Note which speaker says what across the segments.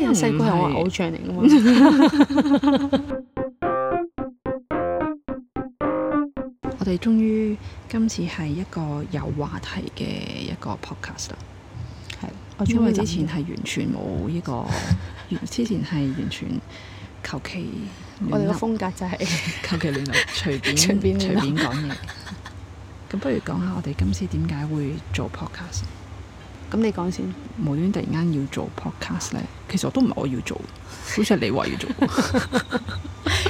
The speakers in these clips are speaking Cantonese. Speaker 1: 人細個係我
Speaker 2: 唔係
Speaker 1: 偶像嚟噶嘛。
Speaker 2: 我哋終於今次係一個有話題嘅一個 podcast 啦。係，我因為之前係完全冇呢、個，完之前係完全求其
Speaker 1: 嗯我哋
Speaker 2: 亂
Speaker 1: 個
Speaker 2: 噏，
Speaker 1: 風格就係
Speaker 2: 求其亂 噏，隨便
Speaker 1: 隨
Speaker 2: 隨
Speaker 1: 便
Speaker 2: 便
Speaker 1: 亂噏
Speaker 2: 講嘢。咁不如講下我哋今次點解會做 podcast？
Speaker 1: 咁，你講先。
Speaker 2: 無端突然間要做 podcast 咧，其實我都唔係我要做，好似係你話要 做。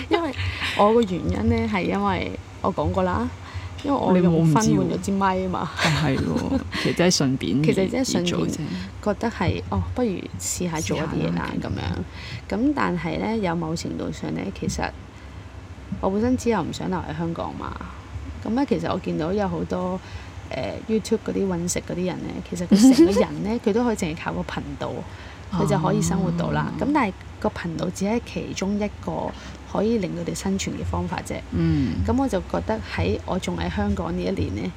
Speaker 1: 因為我個原因咧係因為我講過啦，因為我
Speaker 2: 你冇
Speaker 1: 用
Speaker 2: 唔
Speaker 1: 分
Speaker 2: 知喎
Speaker 1: 換咗支咪啊嘛，
Speaker 2: 但係喎，其實真係順便而，
Speaker 1: 其實真係順
Speaker 2: 而做
Speaker 1: 便
Speaker 2: 啫。
Speaker 1: 覺得係哦，不如試下做一啲嘢啦
Speaker 2: 試
Speaker 1: 咁樣。咁但係咧，有某程度上咧，其實我本身之後唔想留喺香港嘛。咁咧，其實我見到有好多誒、呃 YouTube 嗰啲揾食嗰啲人咧，其實佢成個人 咧，佢都可以淨係靠個頻道，佢就可以生活到啦。咁、但係個頻道只係其中一個可以令佢哋生存嘅方法啫。
Speaker 2: 嗯，
Speaker 1: 咁我就覺得喺我仲喺香港呢一年呢，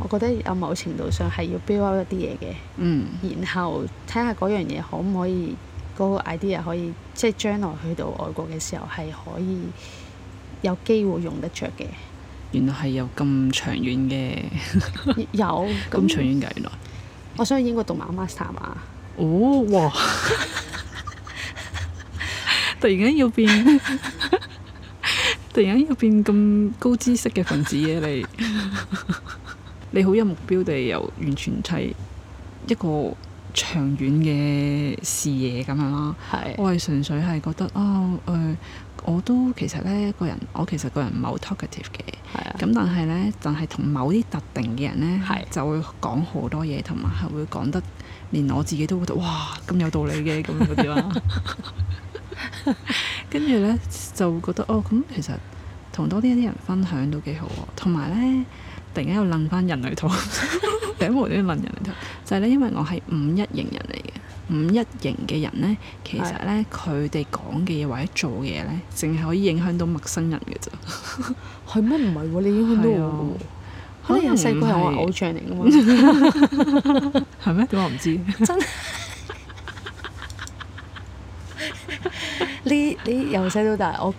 Speaker 1: 我覺得有某程度上係要 build up 一啲嘢嘅，
Speaker 2: 嗯。
Speaker 1: 然後睇下嗰樣嘢可唔可以嗰、個 idea 可以即係將來去到外國嘅時候係可以有機會用得着 嘅。
Speaker 2: 原來係有咁長遠嘅，
Speaker 1: 有
Speaker 2: 咁
Speaker 1: 咁，
Speaker 2: 長遠㗎原來。
Speaker 1: 我想去英國讀埋 master 嘛，
Speaker 2: 哦，哇！ 突然間要變，突然間要變咁高知識嘅分子嘅你，你好有目標地又完全係一個長遠嘅視野咁樣啦。
Speaker 1: 係
Speaker 2: 我係純粹係覺得啊，誒、我都其實呢個人，我其實個人唔係好 talkative 嘅。
Speaker 1: 係啊，
Speaker 2: 咁但係咧，但係同某啲特定嘅人咧
Speaker 1: 係，
Speaker 2: 就會講好多嘢，同埋係會講得連我自己都覺得哇咁有道理嘅咁樣嗰啲 啦。跟住咧就會覺得哦，咁其實同多啲一啲人分享都幾好喎。同埋咧，突然間又楞翻人類圖， 頂無端端楞人類圖，就係咧，因為我係五一型人嚟嘅。五一型嘅人咧，其實咧佢哋講嘅嘢或者做嘅嘢咧，淨係可以影響到陌生人嘅啫。
Speaker 1: 係咩唔係喎？你影響到我嘅喎，可能有細個係我偶像嚟㗎嘛，
Speaker 2: 係咩？點解我唔知？
Speaker 1: 你你由細到大我。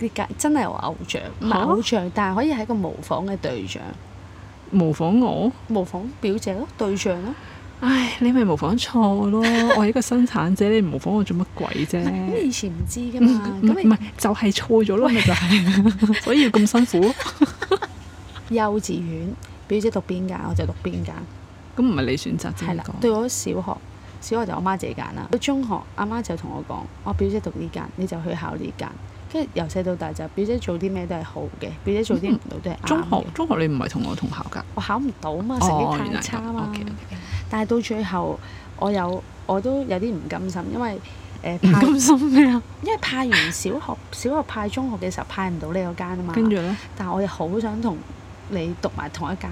Speaker 1: 你解真係我偶像，唔係
Speaker 2: 嚇
Speaker 1: 偶像，但係可以係一個模仿嘅對象。
Speaker 2: 模仿我？
Speaker 1: 模仿表姐咯，對象咯。
Speaker 2: 唉，你咪模仿錯 咯！我係一個生產者，你模仿我做乜鬼啫？
Speaker 1: 咁以前唔知㗎
Speaker 2: 唔
Speaker 1: 嘛，
Speaker 2: 唔
Speaker 1: 咁
Speaker 2: 係就係錯咗咯，咪就 係，所以要咁辛苦。
Speaker 1: 你幼稚園表姐讀邊間我就讀邊間，
Speaker 2: 咁唔係你選擇啫，
Speaker 1: 係
Speaker 2: 你
Speaker 1: 啦。
Speaker 2: 講
Speaker 1: 對我小學，小學就我媽自己揀啦。到中學，阿媽就同我講：我表姐讀呢間，你就去考呢間。跟住由細到大就表姐做啲咩都係好嘅，表姐做啲唔到都係
Speaker 2: 中
Speaker 1: 啱嘅
Speaker 2: 學。中學你唔係同我同校㗎？
Speaker 1: 我考唔到嘛，成
Speaker 2: 哦，
Speaker 1: 績
Speaker 2: 原來
Speaker 1: 太
Speaker 2: 係咁
Speaker 1: 差嘛。
Speaker 2: OK，OK
Speaker 1: 但係到最後，我有我都有啲唔甘心，因為 誒
Speaker 2: 唔
Speaker 1: 派，
Speaker 2: 甘心咩啊？
Speaker 1: 因為派完小學，小學派中學嘅時候派唔到呢嗰間啊嘛。
Speaker 2: 跟住咧，
Speaker 1: 但我哋好想同你讀埋同一間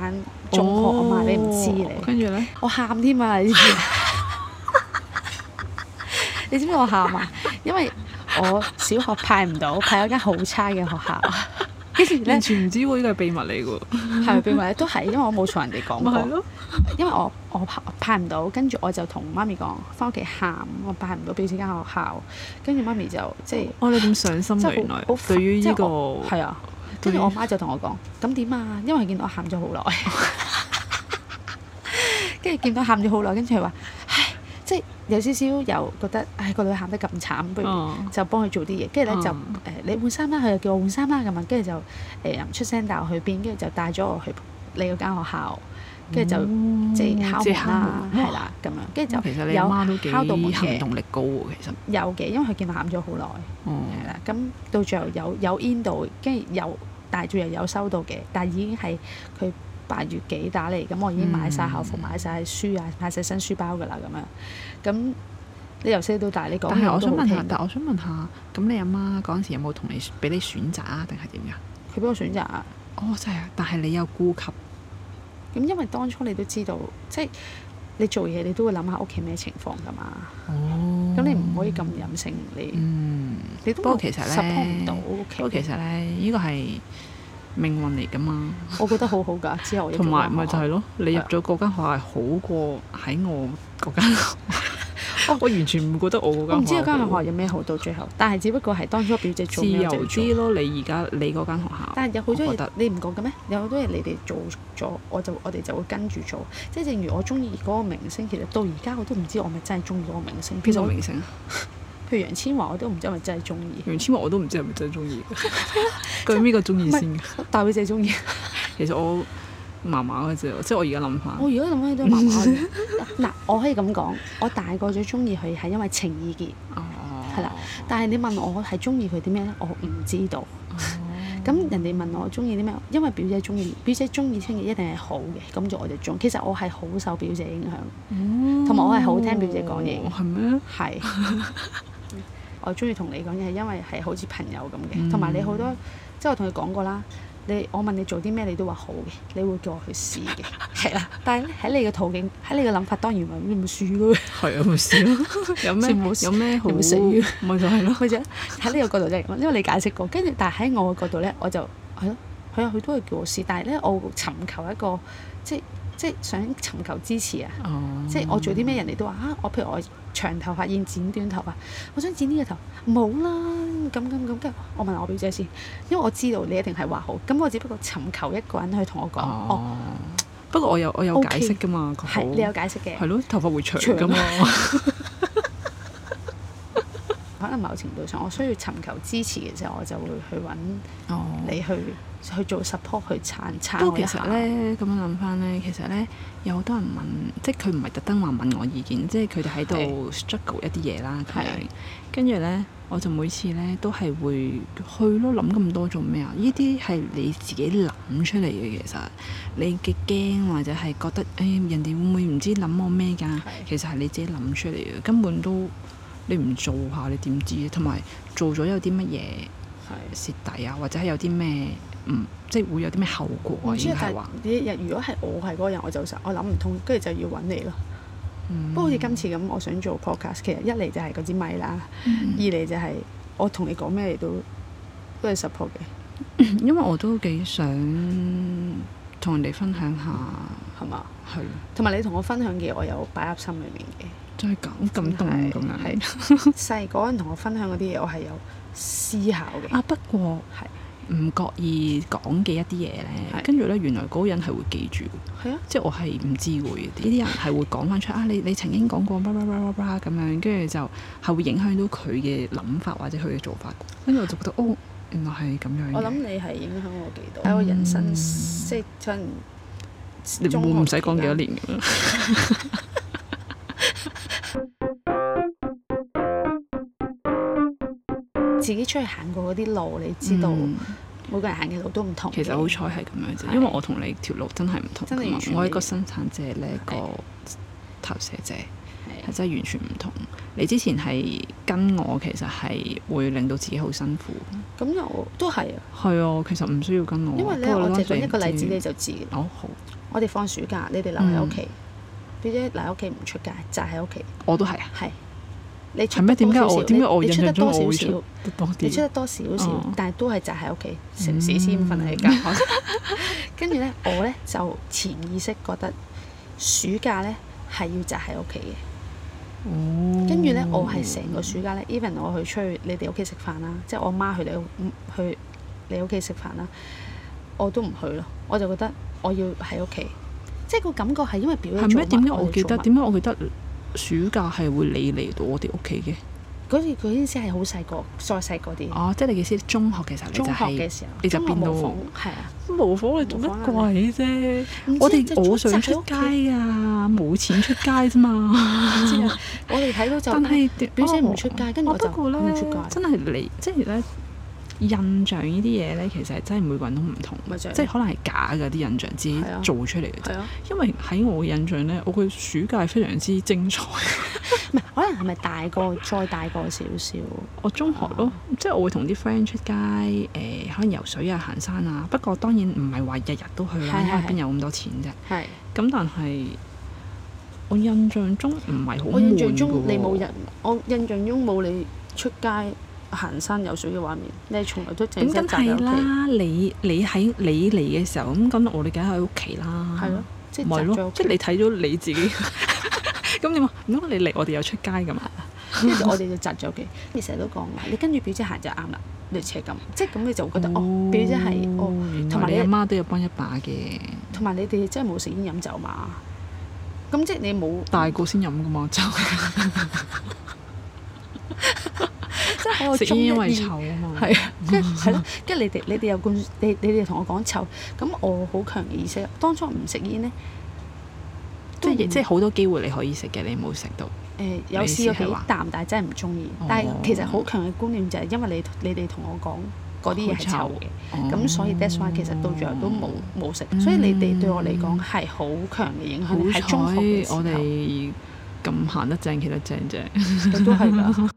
Speaker 1: 中學啊嘛，
Speaker 2: 哦
Speaker 1: 你唔知你，
Speaker 2: 跟住咧，
Speaker 1: 我喊添啊！你知唔 知？你知唔知我喊啊？因為我小學派唔到，派咗間好差嘅學校，跟住咧
Speaker 2: 完全唔知喎，呢個係秘密嚟㗎喎。
Speaker 1: 係咪變埋都係，因為我冇同人哋講
Speaker 2: 咪係
Speaker 1: 過，
Speaker 2: 咯，
Speaker 1: 因為我我派派唔到，跟住我就同媽咪講，翻屋企喊，我派唔到表姐間學校，跟住媽咪就即係。
Speaker 2: 哦，你咁上心
Speaker 1: 即
Speaker 2: 啊！
Speaker 1: 係
Speaker 2: 原
Speaker 1: 好
Speaker 2: 來
Speaker 1: 好煩
Speaker 2: 對於
Speaker 1: 即
Speaker 2: 呢
Speaker 1: 係
Speaker 2: 個
Speaker 1: 我係啊，跟住
Speaker 2: 對於
Speaker 1: 我媽就同我講：咁點啊？因為佢見到我喊咗好耐， 跟住見到喊咗好耐，跟住佢話：唉，即係有少少又覺得，唉個女喊得咁慘，不如
Speaker 2: 哦
Speaker 1: 就幫佢做啲嘢。跟住咧就誒
Speaker 2: 嗯
Speaker 1: 你換衫啦，佢就叫我換衫啦咁樣，跟住就誒又唔出聲，但我去邊，跟住就帶咗我去你嗰間學校，跟住就
Speaker 2: 哦
Speaker 1: 即係敲
Speaker 2: 即係
Speaker 1: 門啦，
Speaker 2: 門
Speaker 1: 係啦咁樣，跟住
Speaker 2: 嗯咁其實
Speaker 1: 就
Speaker 2: 你阿媽都
Speaker 1: 有
Speaker 2: 幾
Speaker 1: 敲到門
Speaker 2: 行
Speaker 1: 嘅，
Speaker 2: 動力高喎，其實。
Speaker 1: 有嘅，因為佢見我喊咗好耐。
Speaker 2: 哦，
Speaker 1: 係啦，咁到最後有有 in 到，跟住有但係最後有收到嘅，但係已經係佢八月幾打嚟，咁我已經買晒校
Speaker 2: 嗯
Speaker 1: 服、買晒書啊、買晒新書包㗎啦，咁樣。咁你由細到大，你講
Speaker 2: 但係啊
Speaker 1: 嘢
Speaker 2: 我
Speaker 1: 都
Speaker 2: 想問
Speaker 1: OK
Speaker 2: 下，但我想問下，咁你阿媽嗰陣時有冇同你俾你選擇啊，定係點㗎？
Speaker 1: 佢俾我選擇啊。
Speaker 2: 哦，真係啊！但係你有顧及，
Speaker 1: 咁因為當初你都知道，即係你做嘢你都會諗下屋企咩情況㗎嘛。
Speaker 2: 哦
Speaker 1: 咁、你唔可以咁任性，你
Speaker 2: 嗯，
Speaker 1: 你都
Speaker 2: 不過其實咧
Speaker 1: support 唔到屋企。
Speaker 2: 不過其實咧，呢個係命運嚟㗎嘛，
Speaker 1: 我覺得好好㗎，之後我亦
Speaker 2: 同埋咪就
Speaker 1: 都
Speaker 2: 係
Speaker 1: 話
Speaker 2: 咯，你入咗嗰間學校係好過喺我嗰間學校，哦我完全唔覺得我
Speaker 1: 我
Speaker 2: 嗰
Speaker 1: 唔知
Speaker 2: 間
Speaker 1: 嗰間
Speaker 2: 學
Speaker 1: 學有咩好到最後，但係只不過係當初表姐做
Speaker 2: 自
Speaker 1: 咩
Speaker 2: 由
Speaker 1: 我就做。
Speaker 2: 啲咯。你而家你嗰間學校，
Speaker 1: 但係有好多
Speaker 2: 我覺得
Speaker 1: 嘢你唔講嘅咩？有好多嘢你哋做咗，我就我哋就會跟住做。即係正如我中意嗰個明星，其實到而家我都唔知我咪真係中意嗰個明星。
Speaker 2: 邊
Speaker 1: 其
Speaker 2: 個
Speaker 1: 實我譬
Speaker 2: 明星啊？
Speaker 1: 如楊千嬅，我都唔知我咪真係中意。
Speaker 2: 楊千嬅我都唔知係咪真係中意 嘅，究竟邊個中意先嘅？
Speaker 1: 大表姐中意，
Speaker 2: 其實我麻麻嘅啫，即係我而家諗翻
Speaker 1: 我，如果諗起都麻麻嘅。 嗱，我可以咁講，我大個咗中意佢係因為情意結，
Speaker 2: 哦，
Speaker 1: 係啦。但係你問我係中意佢啲咩咧，我唔知道。咁人哋問我中意啲咩，因為表姐中意，表姐中意聽嘅一定係好嘅，咁就我就中。其實我係好受表姐影響，
Speaker 2: 同
Speaker 1: 同埋我係好聽表姐講嘢
Speaker 2: 哦係咩？
Speaker 1: 係我中意同你講嘢，係因為係好似朋友咁嘅，同埋你好多，即係我同佢講過啦。你我問你做啲咩，你都話好嘅，你會叫我去試嘅，係啊啦。但係咧喺你嘅途徑，喺你嘅諗法，當然話你咪輸咯。
Speaker 2: 係啊，冇事 咯。有咩
Speaker 1: 算冇事
Speaker 2: 有咩好？
Speaker 1: 有冇死啊
Speaker 2: 咪就係咯。
Speaker 1: 佢就喺呢個角度就係咁，因為你解釋過，跟住但係喺我嘅角度咧，我就係咯，佢啊佢都係叫我試，但係咧我尋求一個即即想尋求支持啊，
Speaker 2: 哦，
Speaker 1: 即我做啲咩人哋都話啊，我譬如我長頭髮現剪短頭髮，我想剪呢個頭冇啦，咁咁咁，跟住我問我表姐先，因為我知道你一定係話好，咁我只不過尋求一個人去同我講，哦，
Speaker 2: 哦。不過我有我有
Speaker 1: OK
Speaker 2: 解釋噶嘛，個
Speaker 1: 係
Speaker 2: 口
Speaker 1: 啊你有解釋嘅
Speaker 2: 係。咯，頭髮會長
Speaker 1: 長
Speaker 2: 噶嘛。
Speaker 1: 可能某程度上，我需要尋求支持嘅時候，我就會去揾
Speaker 2: 哦
Speaker 1: 你去去做 support 去撐撐
Speaker 2: 不
Speaker 1: 我
Speaker 2: 過
Speaker 1: 一
Speaker 2: 其
Speaker 1: 下
Speaker 2: 實。咧，咁樣諗翻咧，其實咧有好多人問，即係佢唔係特登話問我意見，即係佢哋喺度 struggle 一啲嘢啦咁
Speaker 1: 係
Speaker 2: 樣。跟住咧，我就每次咧都係會去咯，諗咁多做咩啊？呢啲係你自己諗出嚟嘅，其實你嘅驚或者係覺得誒、哎人哋會唔會唔知諗我咩㗎？其實係你自己諗出嚟嘅，根本都你唔做下你點知？同埋做咗有啲乜嘢
Speaker 1: 係
Speaker 2: 蝕底啊，或者係有啲咩唔即係會有啲咩後果
Speaker 1: 唔
Speaker 2: 啊？
Speaker 1: 知
Speaker 2: 應
Speaker 1: 啊
Speaker 2: 該係
Speaker 1: 但係
Speaker 2: 話。
Speaker 1: 你日如果係我係嗰個人，我就實我諗唔通，跟住就要揾你咯。不過
Speaker 2: 嗯
Speaker 1: 好似今次咁，我想做 podcast，其實一嚟就係嗰支咪啦，
Speaker 2: 嗯
Speaker 1: 二嚟就係我同你講咩你都都係 support 嘅，
Speaker 2: 因為我都幾想同人哋分享下，
Speaker 1: 係嘛？
Speaker 2: 係咯
Speaker 1: 同埋你同我分享嘅，我有擺入心裏面嘅。
Speaker 2: 真係咁感動咁樣。
Speaker 1: 係細個嗰陣同我分享嗰啲嘢，我係有思考嘅。
Speaker 2: 啊，不過唔覺意講嘅一啲嘢咧，
Speaker 1: 係
Speaker 2: 跟住咧原來嗰個人係會記住嘅，
Speaker 1: 係啊，
Speaker 2: 即係我係唔知會嘅。呢啲人係會講翻出啊，你你曾經講過，blah blah blah blah blah 咁樣，跟住就係會影響到佢嘅諗法或者佢嘅做法。跟住我就覺得哦，原來係咁樣嘅。
Speaker 1: 我諗你係影響我幾多
Speaker 2: 嗯
Speaker 1: 喺我人生，即係可能
Speaker 2: 你會
Speaker 1: 中
Speaker 2: 唔
Speaker 1: 學
Speaker 2: 使講
Speaker 1: 期
Speaker 2: 幾多
Speaker 1: 間
Speaker 2: 年咁樣。
Speaker 1: 自己出去行過嗰啲路，你知道
Speaker 2: 嗯
Speaker 1: 每個人行嘅路都唔同嘅。
Speaker 2: 其實好彩係咁樣啫，
Speaker 1: 係
Speaker 2: 因為我同你條路真係唔同㗎嘛
Speaker 1: 真係完全唔一樣
Speaker 2: 我係一個生產者，你一個
Speaker 1: 係
Speaker 2: 投射者，
Speaker 1: 係
Speaker 2: 係真係完全唔同。你之前係跟我，其實係會令到自己好辛苦。
Speaker 1: 咁又都係啊，
Speaker 2: 係啊，其實唔需要跟我。
Speaker 1: 因為咧，
Speaker 2: 不過
Speaker 1: 我
Speaker 2: 嗰
Speaker 1: 就
Speaker 2: 陣
Speaker 1: 舉
Speaker 2: 時
Speaker 1: 一個例子
Speaker 2: 唔知
Speaker 1: 你就知嘅。
Speaker 2: 哦好，
Speaker 1: 我哋放暑假，你哋留
Speaker 2: 嗯
Speaker 1: 喺屋企，表姐留喺屋企唔出街，宅喺屋企，
Speaker 2: 我都係啊。
Speaker 1: 係你出
Speaker 2: 係咩？
Speaker 1: 得
Speaker 2: 點
Speaker 1: 多
Speaker 2: 解我
Speaker 1: 少
Speaker 2: 點解
Speaker 1: 少，
Speaker 2: 我
Speaker 1: 你
Speaker 2: 印
Speaker 1: 你出
Speaker 2: 象
Speaker 1: 得
Speaker 2: 中
Speaker 1: 多
Speaker 2: 我
Speaker 1: 少
Speaker 2: 會出
Speaker 1: 少，
Speaker 2: 得多
Speaker 1: 你出
Speaker 2: 啲？
Speaker 1: 得多少少
Speaker 2: 哦，
Speaker 1: 但係都係宅喺屋企，時唔時先瞓喺 間房。跟住咧，我咧就潛意識覺得暑假咧係要宅喺屋企嘅。
Speaker 2: 哦
Speaker 1: 跟住咧，我係成個暑假咧，even 我去出去你哋屋企食飯啦，即係我媽去你屋去你屋企食飯啦，我都唔去咯。我就覺得我要喺屋企，即係個感覺係因為表咗
Speaker 2: 係咩？點解我
Speaker 1: 記
Speaker 2: 記得？點解我記得暑假係會你嚟到我哋屋企嘅？
Speaker 1: 嗰時嗰陣時係好細個，再細個啲，
Speaker 2: 哦，即係你嘅意思，中學其實你就
Speaker 1: 中學嘅
Speaker 2: 係
Speaker 1: 時候，
Speaker 2: 你就
Speaker 1: 中學
Speaker 2: 變到
Speaker 1: 模仿係啊，
Speaker 2: 模仿你做乜鬼啫？
Speaker 1: 唔知
Speaker 2: 我哋
Speaker 1: 就
Speaker 2: 我
Speaker 1: 宅
Speaker 2: 想
Speaker 1: 喺
Speaker 2: 出
Speaker 1: 屋
Speaker 2: 街
Speaker 1: 企
Speaker 2: 啊，冇錢出街啫嘛。
Speaker 1: 唔知啊，我哋睇到 就啊
Speaker 2: 但係
Speaker 1: 表姐唔出街跟住
Speaker 2: 哦
Speaker 1: 我就
Speaker 2: 不過咧
Speaker 1: 唔出街
Speaker 2: 真係你即係咧印象呢啲嘢咧，其實係真係每個人都唔同
Speaker 1: 咪就，係
Speaker 2: 即係可能係假嘅啲印象，自己
Speaker 1: 係啊
Speaker 2: 做出嚟嘅啫
Speaker 1: 係。啊，
Speaker 2: 因為喺我嘅印象咧，我嘅暑假係非常之精彩。
Speaker 1: 唔係可能係咪大個再大個少少？
Speaker 2: 我中學
Speaker 1: 啊
Speaker 2: 咯，即係我會同啲 friend 出街，誒、可能游水啊、行山啊。不過當然唔係話日日都去啦，
Speaker 1: 係
Speaker 2: 因為
Speaker 1: 係係
Speaker 2: 邊有咁多錢啫。
Speaker 1: 係
Speaker 2: 咁但係我印象中唔係好
Speaker 1: 我印象中
Speaker 2: 悶㗎喎
Speaker 1: 你冇人，我印象中冇你出街行山游水嘅畫面，你係從來都淨
Speaker 2: 咁
Speaker 1: 係
Speaker 2: 梗
Speaker 1: 宅
Speaker 2: 係
Speaker 1: 喺屋企，
Speaker 2: 啦，你你喺你嚟嘅時候，咁咁我哋梗係喺屋企啦。
Speaker 1: 係咯，即係
Speaker 2: 咪
Speaker 1: 宅咗喺
Speaker 2: 咯
Speaker 1: 屋，
Speaker 2: 即係
Speaker 1: 企。
Speaker 2: 你睇咗你自己 咁點啊？唔通你嚟我哋又出街㗎嘛？
Speaker 1: 跟 住我哋就窒咗佢。你成日都講話，你跟住表姐行就啱啦，類似係咁，即係咁你就會覺得哦，表姐係哦。
Speaker 2: 原來
Speaker 1: 同埋
Speaker 2: 你
Speaker 1: 你
Speaker 2: 阿媽都有幫一把嘅，
Speaker 1: 同埋你哋真係冇食煙飲酒嘛？咁即係 你冇，
Speaker 2: 大個先飲㗎嘛，就
Speaker 1: 哦 即係喺我
Speaker 2: 食
Speaker 1: 中
Speaker 2: 煙
Speaker 1: 一
Speaker 2: 因
Speaker 1: 二
Speaker 2: 為臭啊嘛。
Speaker 1: 係啊，跟住係咯，跟住你哋你哋又灌，你你哋同我講臭，咁我好強嘅意識，當初唔食煙咧，
Speaker 2: 即係
Speaker 1: 都唔
Speaker 2: 即係好多機會你可以食嘅，你冇食到。哦
Speaker 1: 誒、有
Speaker 2: 你
Speaker 1: 試
Speaker 2: 試下
Speaker 1: 過幾
Speaker 2: 話
Speaker 1: 啖，但係真係唔中意
Speaker 2: 哦。
Speaker 1: 但係其實好強嘅觀念就係因為你你哋同我講嗰啲嘢係
Speaker 2: 好
Speaker 1: 臭
Speaker 2: 臭哦嗯
Speaker 1: 嘅，咁、
Speaker 2: 咁
Speaker 1: 所以 that's why 其實到最後都冇冇食。所以你哋對我嚟講係好強嘅影響力，
Speaker 2: 好彩
Speaker 1: 喺中學嘅時候
Speaker 2: 我哋咁行得正企得正啫。
Speaker 1: 你都係㗎。